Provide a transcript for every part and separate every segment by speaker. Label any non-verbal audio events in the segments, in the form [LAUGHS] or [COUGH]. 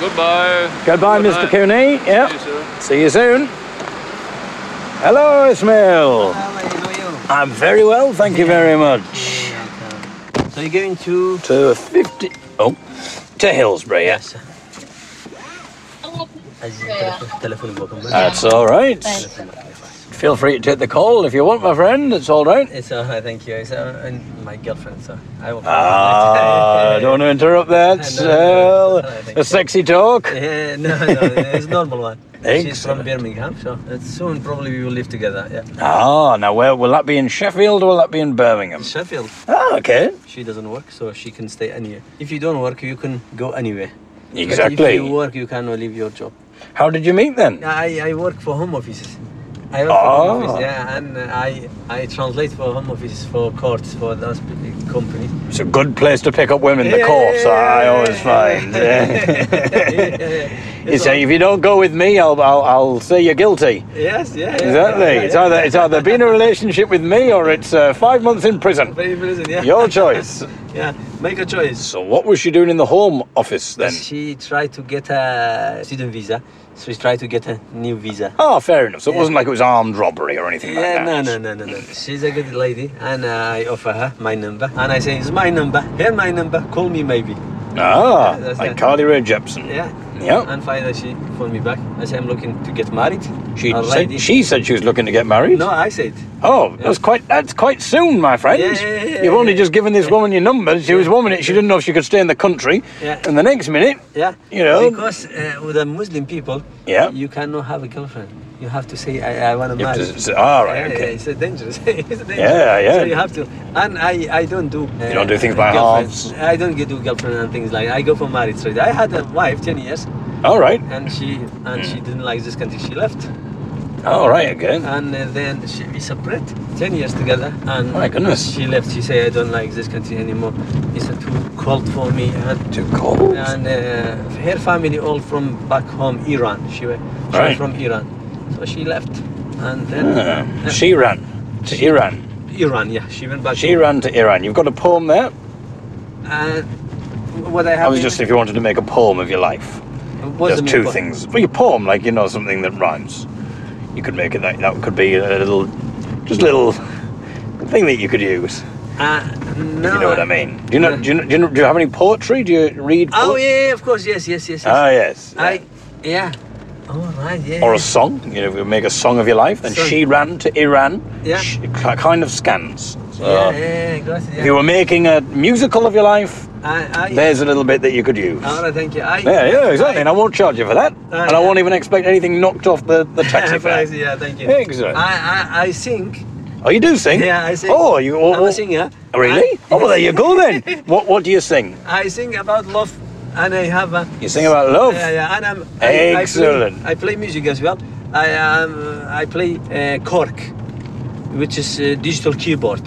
Speaker 1: Goodbye.
Speaker 2: Goodbye,
Speaker 1: Good
Speaker 2: Mr. Cooney.
Speaker 1: night. See you
Speaker 2: Yep.
Speaker 1: soon.
Speaker 2: See you soon. Hello, Ismail. I'm very well, thank you very much.
Speaker 3: So you're going to?
Speaker 2: To 50. Oh, to Hillsbury, yes.
Speaker 3: Telephone bokum.
Speaker 2: That's all right. Feel free to take the call if you want, my friend. It's all right.
Speaker 3: It's alright, thank you. It's uh, and my girlfriend, so I will. [LAUGHS]
Speaker 2: Ah, I don't want to interrupt that.
Speaker 3: No, no,
Speaker 2: Uh,
Speaker 3: no, no, no,
Speaker 2: a sexy talk.
Speaker 3: Yeah, no, no, it's normal
Speaker 2: [LAUGHS]
Speaker 3: one. She's
Speaker 2: Excellent.
Speaker 3: from Birmingham, so it's soon probably we will live together. Yeah.
Speaker 2: Ah, now where will that be in Sheffield or will that be in Birmingham?
Speaker 3: Sheffield,
Speaker 2: Ah, okay.
Speaker 3: she doesn't work, so she can stay anywhere. If you don't work, you can go anywhere. But if you
Speaker 2: Exactly.
Speaker 3: work, you cannot leave your job.
Speaker 2: How did you meet then?
Speaker 3: I, I work for home offices. I work for home
Speaker 2: Ah.
Speaker 3: office, yeah, and uh, I I translate for home offices for courts for those uh,
Speaker 2: [LAUGHS]
Speaker 3: companies.
Speaker 2: It's a good place to pick up women, the
Speaker 3: Yeah,
Speaker 2: corpse,
Speaker 3: yeah,
Speaker 2: I
Speaker 3: yeah,
Speaker 2: always
Speaker 3: yeah, [LAUGHS]
Speaker 2: find.
Speaker 3: yeah,
Speaker 2: Yeah.
Speaker 3: yeah.
Speaker 2: You say, if you don't go with me, I'll, I'll, I'll say you're guilty.
Speaker 3: Yes, yeah. yeah,
Speaker 2: Exactly.
Speaker 3: yeah,
Speaker 2: It's
Speaker 3: yeah.
Speaker 2: either it's either been a relationship with me or it's uh, five months in prison.
Speaker 3: Very pleasant, yeah. [LAUGHS]
Speaker 2: Your choice.
Speaker 3: Yeah, make a choice.
Speaker 2: So what was she doing in the Home Office then?
Speaker 3: She tried to get a student visa, so she tried to get a new visa.
Speaker 2: Oh, fair enough. So it
Speaker 3: Yeah.
Speaker 2: wasn't like it was armed robbery or anything
Speaker 3: Yeah,
Speaker 2: like
Speaker 3: no,
Speaker 2: that.
Speaker 3: no, no, no, no. She's a good lady, and I offer her my number, and I say it's my number. Here, my number. Call me maybe.
Speaker 2: Ah,
Speaker 3: Yeah, that's
Speaker 2: like
Speaker 3: it.
Speaker 2: Carly Rae Jepsen.
Speaker 3: Yeah.
Speaker 2: Yeah.
Speaker 3: And finally, she phoned me back. I said I'm looking to get married.
Speaker 2: She
Speaker 3: Already.
Speaker 2: said, she said she was looking to get married.
Speaker 3: No, I said.
Speaker 2: Oh, that's quite that's quite soon, my friend.
Speaker 3: Yeah, yeah, yeah,
Speaker 2: You've only
Speaker 3: yeah.
Speaker 2: just given this woman your number. She was one minute she didn't know if she could stay in the country,
Speaker 3: Yeah.
Speaker 2: and the next minute,
Speaker 3: Yeah.
Speaker 2: You know?
Speaker 3: Because uh, with the Muslim people,
Speaker 2: Yeah.
Speaker 3: you cannot have a girlfriend. You have to say I, I want to
Speaker 2: you have
Speaker 3: marry.
Speaker 2: to s- all right,
Speaker 3: Yeah,
Speaker 2: okay.
Speaker 3: It's uh, dangerous. [LAUGHS] it's dangerous.
Speaker 2: Yeah, yeah.
Speaker 3: So you have to, and I, I don't do. Uh,
Speaker 2: You don't do things by
Speaker 3: girlfriends.
Speaker 2: halves.
Speaker 3: I don't get do girlfriend and things like. I go for marriage straight. I had a wife ten years,
Speaker 2: All right,
Speaker 3: and she and she
Speaker 2: Mm.
Speaker 3: didn't like this country. She left,
Speaker 2: all Oh, right, again.
Speaker 3: and uh, then she, we separate ten years together. And
Speaker 2: Oh My goodness.
Speaker 3: she left. She said I don't like this country anymore. It's uh, too cold for me. And
Speaker 2: Too cold.
Speaker 3: and uh, her family all from back home Iran. She was she
Speaker 2: Right.
Speaker 3: was from Iran, so she left, and then
Speaker 2: Ah,
Speaker 3: uh,
Speaker 2: she ran to Iran.
Speaker 3: Iran. Yeah, she went back.
Speaker 2: She ran to Iran. You've got a poem there.
Speaker 3: And Uh, what I
Speaker 2: I
Speaker 3: have.
Speaker 2: was
Speaker 3: in-
Speaker 2: just if you wanted to make a poem of your life.
Speaker 3: was
Speaker 2: There's
Speaker 3: in
Speaker 2: two
Speaker 3: my-
Speaker 2: things. Well, your poem, like you know, something that rhymes. You could make it that. That could be a little, just a little thing that you could use.
Speaker 3: Uh, no,
Speaker 2: if you know what I mean. Do you know? Do you, know- do you, know, do you have any poetry? Do you read?
Speaker 3: Oh
Speaker 2: poetry?
Speaker 3: yeah, yeah, of course, yes, yes, yes. yes.
Speaker 2: Ah yes.
Speaker 3: I, yeah. All right, yeah.
Speaker 2: Or a
Speaker 3: yeah.
Speaker 2: song. You know, if you make a song of your life. Then
Speaker 3: Song.
Speaker 2: she ran to Iran.
Speaker 3: Yeah.
Speaker 2: Sh- ki- kind of scans. So,
Speaker 3: yeah, yeah, yeah, got it,
Speaker 2: uh, If you
Speaker 3: yeah.
Speaker 2: were making a musical of your life,
Speaker 3: I, I,
Speaker 2: there's a little bit that you could use.
Speaker 3: All Ah, right, thank you. I,
Speaker 2: Yeah, yeah, exactly. And
Speaker 3: [LAUGHS]
Speaker 2: I won't charge you for that.
Speaker 3: Ah,
Speaker 2: and I
Speaker 3: yeah.
Speaker 2: won't even expect anything knocked off the, the taxi
Speaker 3: [LAUGHS]
Speaker 2: fare.
Speaker 3: Price, yeah, thank you.
Speaker 2: Exactly.
Speaker 3: I, I, I sing.
Speaker 2: Oh, you do sing?
Speaker 3: Yeah, I sing.
Speaker 2: Oh, you oh,
Speaker 3: I'm a singer. Ah.
Speaker 2: Really?
Speaker 3: I-
Speaker 2: oh, well, there you go
Speaker 3: [LAUGHS]
Speaker 2: then. what What do you sing?
Speaker 3: I sing about love, and I have a.
Speaker 2: You sing about love.
Speaker 3: Yeah, yeah, and I'm. I- I,
Speaker 2: Excellent.
Speaker 3: play, I play music as well. I um, I play uh, Cork, which is uh, digital keyboard.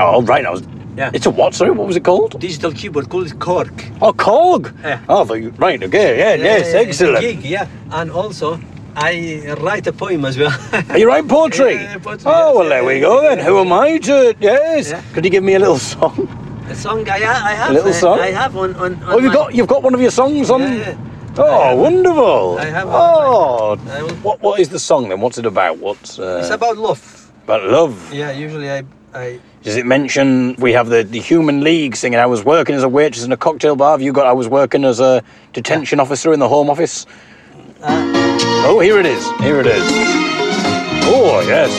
Speaker 2: Oh, right. I was.
Speaker 3: Yeah.
Speaker 2: It's a what? Sorry, what was it called?
Speaker 3: Digital keyboard called Cork.
Speaker 2: Oh, Korg.
Speaker 3: Yeah.
Speaker 2: Oh, for you. Right. Okay. Yeah. yes.
Speaker 3: Yeah,
Speaker 2: excellent.
Speaker 3: It's a gig, yeah. And also, I write a poem as well.
Speaker 2: Are you writing poetry?
Speaker 3: Yeah, yeah,
Speaker 2: oh
Speaker 3: poetry, yes,
Speaker 2: well,
Speaker 3: yeah,
Speaker 2: there we
Speaker 3: yeah,
Speaker 2: go
Speaker 3: yeah,
Speaker 2: then.
Speaker 3: yeah.
Speaker 2: Who am I to? Yes.
Speaker 3: Yeah.
Speaker 2: Could you give me a little [LAUGHS] song?
Speaker 3: a song I, ha- I have.
Speaker 2: A little
Speaker 3: uh,
Speaker 2: song?
Speaker 3: I have on. on, on
Speaker 2: Oh, you've
Speaker 3: my-
Speaker 2: got you've got one of your songs on.
Speaker 3: Yeah, yeah.
Speaker 2: Oh,
Speaker 3: I have-
Speaker 2: wonderful!
Speaker 3: I have one
Speaker 2: oh,
Speaker 3: of my- I will-
Speaker 2: what what is the song then? What's it about? What's uh,
Speaker 3: It's about love.
Speaker 2: about love?
Speaker 3: Yeah, usually I. I
Speaker 2: Does it mention we have the, the Human League singing? I was working as a waitress in a cocktail bar. Have you got? I was working as a detention officer in the Home Office.
Speaker 3: Uh.
Speaker 2: oh, here it is. Here it is. Oh yes.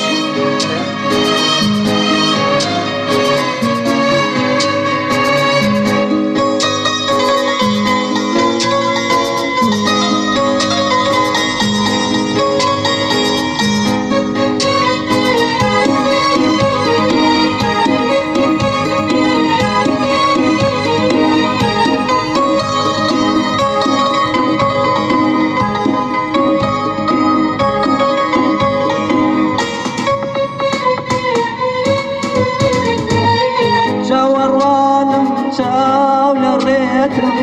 Speaker 4: Çavarvanım çavlaretim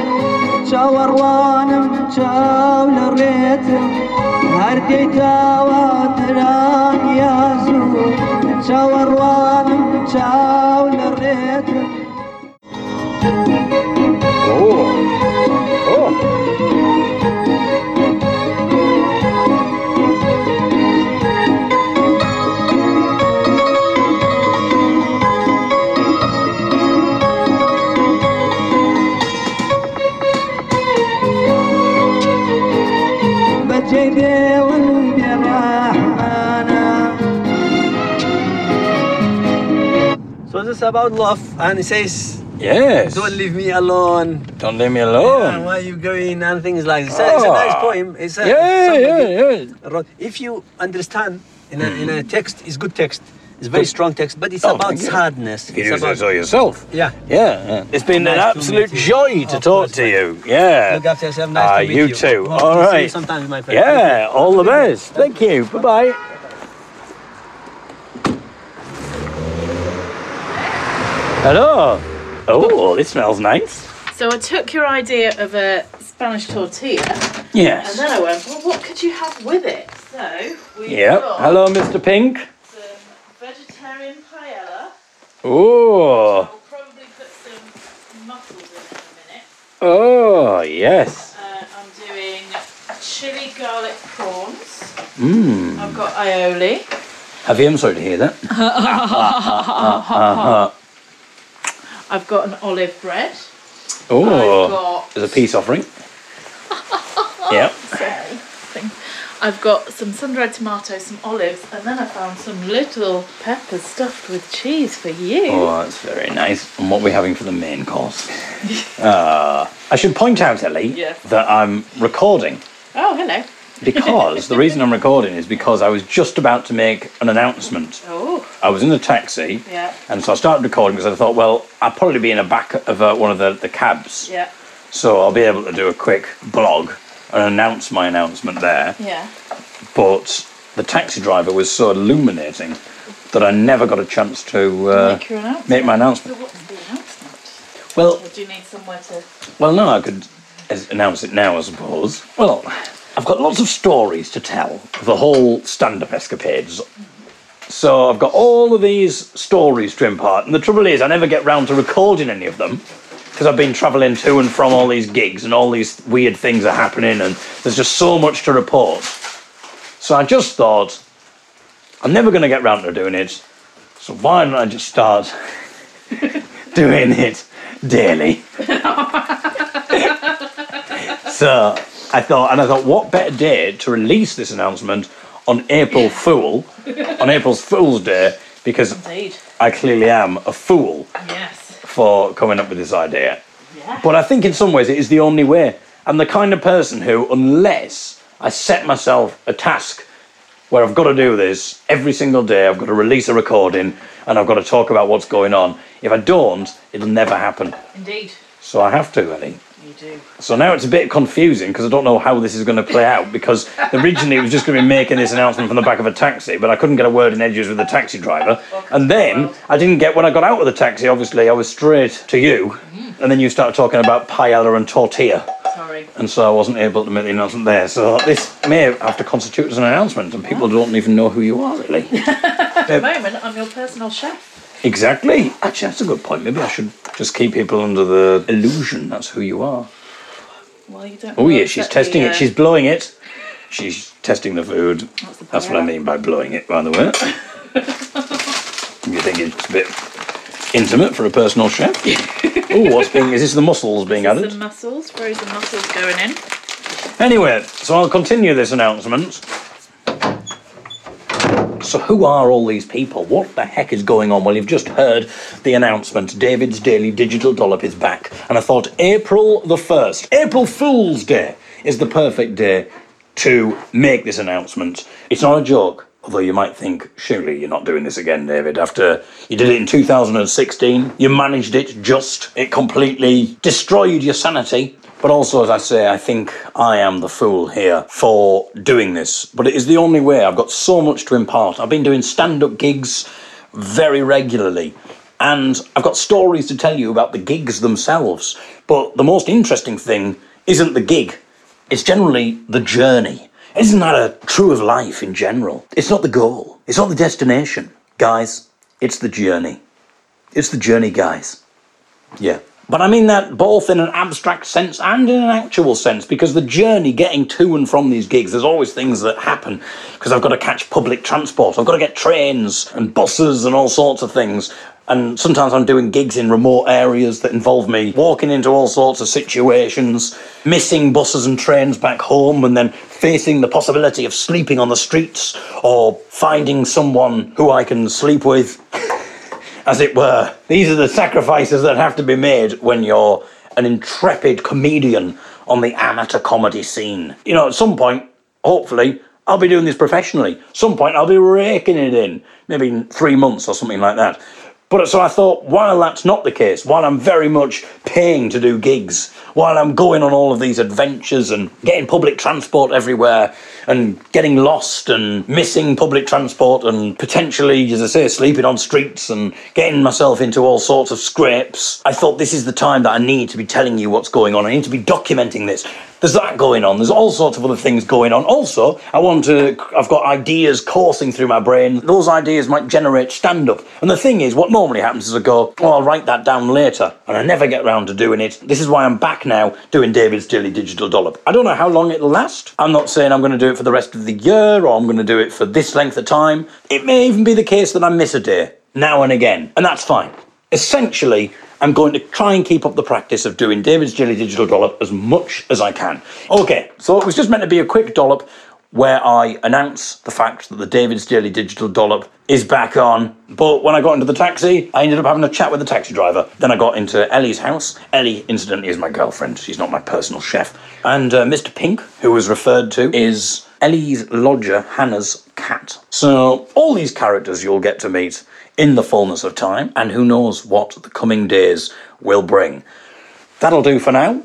Speaker 4: Çavarvanım çavlaretim Her deytavatıran yazı Çavarvanım çavlaretim
Speaker 2: Oh. Oh.
Speaker 4: کەی دێڵن بێڕحمانە
Speaker 3: So this is about love, and he says,
Speaker 2: Yes.
Speaker 3: "Don't leave me alone.
Speaker 2: Don't leave me
Speaker 3: Yeah,
Speaker 2: alone.
Speaker 3: where are you going?" and things like this. So It's a
Speaker 2: Oh.
Speaker 3: nice poem. It's a,
Speaker 2: Yeah,
Speaker 3: somebody
Speaker 2: yeah, yeah.
Speaker 3: wrote- If you understand in a, in a text, it's good text. It's very strong text, but it's
Speaker 2: Oh,
Speaker 3: about
Speaker 2: thank you.
Speaker 3: sadness.
Speaker 2: You can
Speaker 3: It's
Speaker 2: use
Speaker 3: about
Speaker 2: that for yourself.
Speaker 3: yeah.
Speaker 2: Yeah, yeah. It's been an
Speaker 3: Nice to
Speaker 2: absolute
Speaker 3: meet you.
Speaker 2: joy to
Speaker 3: Of
Speaker 2: talk
Speaker 3: course,
Speaker 2: to
Speaker 3: mate.
Speaker 2: you. Yeah.
Speaker 3: Look after yourself. Nice
Speaker 2: Ah,
Speaker 3: to meet
Speaker 2: you
Speaker 3: you.
Speaker 2: too.
Speaker 3: Hope
Speaker 2: All
Speaker 3: to see you
Speaker 2: right.
Speaker 3: sometime, my friend. Thank you.
Speaker 2: Yeah, all the best. Thank you. Bye bye. Hello. Oh, this smells nice.
Speaker 1: So I took your idea of a Spanish tortilla, and
Speaker 2: Yes.
Speaker 1: then I went, well, what could you have with it? So we
Speaker 2: Yep.
Speaker 1: got
Speaker 2: Hello, Mr. Pink.
Speaker 1: some vegetarian paella.
Speaker 2: Oh,
Speaker 1: I'll probably put some mussels in it in a minute.
Speaker 2: oh, yes.
Speaker 1: Uh, I'm doing chili garlic prawns.
Speaker 2: Mmm.
Speaker 1: I've got aioli.
Speaker 2: Have you? I'm sorry to hear that.
Speaker 1: I've got an olive bread. I've
Speaker 2: Oh,
Speaker 1: got
Speaker 2: there's a peace offering.
Speaker 1: [LAUGHS]
Speaker 2: yep.
Speaker 1: something. [LAUGHS] I've got some sun-dried tomatoes, some olives, and then I found some little peppers stuffed with cheese for you.
Speaker 2: Oh, that's very nice. And what we're having for the main
Speaker 1: [LAUGHS]
Speaker 2: course. uh, I should point out, Ellie,
Speaker 1: Yes.
Speaker 2: that I'm recording
Speaker 1: Oh, hello.
Speaker 2: because the reason I'm recording is because I was just about to make an announcement.
Speaker 1: Oh,
Speaker 2: I was in a taxi,
Speaker 1: Yeah.
Speaker 2: and so I started recording because I thought, well, I'll probably be in the back of uh, one of the, the cabs,
Speaker 1: yeah,
Speaker 2: so I'll be able to do a quick blog and announce my announcement there.
Speaker 1: yeah.
Speaker 2: But the taxi driver was so illuminating that I never got a chance to uh,
Speaker 1: make your announcement.
Speaker 2: make my announcement.
Speaker 1: So what's the announcement?
Speaker 2: Well,
Speaker 1: Or do you need somewhere to?
Speaker 2: Well, no, I could as- announce it now, I suppose. Well, I've got lots of stories to tell of the whole stand up escapades. So I've got all of these stories to impart, and the trouble is, I never get round to recording any of them because I've been travelling to and from all these gigs, and all these weird things are happening, and there's just so much to report. So I just thought, I'm never going to get round to doing it, so why don't I just start [LAUGHS] doing it daily? [LAUGHS] So I thought, and I thought, what better day to release this announcement on April Fool, on April's Fool's Day, because
Speaker 1: Indeed.
Speaker 2: I clearly am a fool
Speaker 1: Yes.
Speaker 2: for coming up with this idea.
Speaker 1: Yeah.
Speaker 2: But I think in some ways it is the only way. I'm the kind of person who, unless I set myself a task where I've got to do this every single day, I've got to release a recording and I've got to talk about what's going on. If I don't, it'll never happen.
Speaker 1: Indeed.
Speaker 2: So I have to, Ellie.
Speaker 1: You do.
Speaker 2: So now it's a bit confusing because I don't know how this is going to play out because originally it was just going to be making this announcement from the back of a taxi, but I couldn't get a word in edges with the taxi driver. And then I didn't get when I got out of the taxi, obviously, I was straight to you. And then you started talking about paella and tortilla.
Speaker 1: Sorry.
Speaker 2: And so I wasn't able to make the announcement there. So this may have to constitute as an announcement, and people don't even know who you are, really.
Speaker 1: At the moment, I'm your personal chef.
Speaker 2: exactly. Actually, that's a good point. Maybe I should just keep people under the illusion that's who you are.
Speaker 1: Well, you don't.
Speaker 2: Oh yeah,
Speaker 1: work
Speaker 2: she's
Speaker 1: at the,
Speaker 2: testing
Speaker 1: uh,
Speaker 2: it. She's blowing it. She's testing the food.
Speaker 1: the
Speaker 2: That's what I
Speaker 1: paella?
Speaker 2: mean by blowing it, by the way. you think it's a bit intimate for a personal
Speaker 1: [LAUGHS]
Speaker 2: chef? oh, what's being? Is this the mussels being added?
Speaker 1: Some mussels, frozen mussels going in.
Speaker 2: Anyway, so I'll continue this announcement. So, who are all these people? What the heck is going on? Well, you've just heard the announcement. David's Daily Digital Dollop is back. And I thought April the 1st, April Fool's Day, is the perfect day to make this announcement. It's not a joke, although you might think, surely you're not doing this again, David. After you did it in 2016, you managed it just, it completely destroyed your sanity. But also, as I say, I think I am the fool here for doing this. But it is the only way. I've got so much to impart. I've been doing stand up gigs very regularly. And I've got stories to tell you about the gigs themselves. But the most interesting thing isn't the gig, it's generally the journey. Isn't that a true of life in general? It's not the goal, it's not the destination. Guys, it's the journey. It's the journey, guys. Yeah, But I mean that both in an abstract sense and in an actual sense, because the journey getting to and from these gigs, there's always things that happen. Because I've got to catch public transport, I've got to get trains and buses and all sorts of things. And sometimes I'm doing gigs in remote areas that involve me walking into all sorts of situations, missing buses and trains back home, and then facing the possibility of sleeping on the streets or finding someone who I can sleep with as it were. These are the sacrifices that have to be made when you're an intrepid comedian on the amateur comedy scene. You know, at some point, hopefully, I'll be doing this professionally. Some point, I'll be raking it in, maybe in three months or something like that. But so I thought, while that's not the case, while I'm very much paying to do gigs, while I'm going on all of these adventures and getting public transport everywhere and getting lost and missing public transport and potentially, as I say, sleeping on streets and getting myself into all sorts of scrapes, I thought this is the time that I need to be telling you what's going on. I need to be documenting this. There's that going on. There's all sorts of other things going on. Also, I want to. I've got ideas coursing through my brain. Those ideas might generate stand up. And the thing is, what normally happens is I go, oh, I'll write that down later. And I never get round to doing it. This is why I'm back now doing David's Daily Digital Dollop. I don't know how long it'll last. I'm not saying I'm going to do it for the rest of the year or I'm going to do it for this length of time. It may even be the case that I miss a day now and again. And that's fine essentially, I'm going to try and keep up the practice of doing David's Jelly Digital Dollop as much as I can. Okay, so it was just meant to be a quick dollop where I announce the fact that the David's Jelly Digital Dollop is back on. But when I got into the taxi, I ended up having a chat with the taxi driver. Then I got into Ellie's house. Ellie, incidentally, is my girlfriend. She's not my personal chef. And uh, Mr. Pink, who was referred to, is Ellie's lodger, Hannah's cat. So, all these characters you'll get to meet in the fullness of time, and who knows what the coming days will bring. That'll do for now.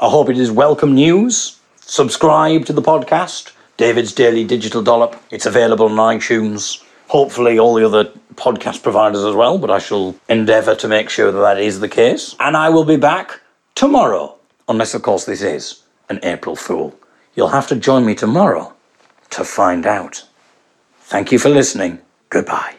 Speaker 2: I hope it is welcome news. Subscribe to the podcast, David's Daily Digital Dollop. It's available on iTunes, hopefully, all the other podcast providers as well, but I shall endeavour to make sure that that is the case. And I will be back tomorrow, unless, of course, this is an April Fool. You'll have to join me tomorrow to find out. Thank you for listening. Goodbye.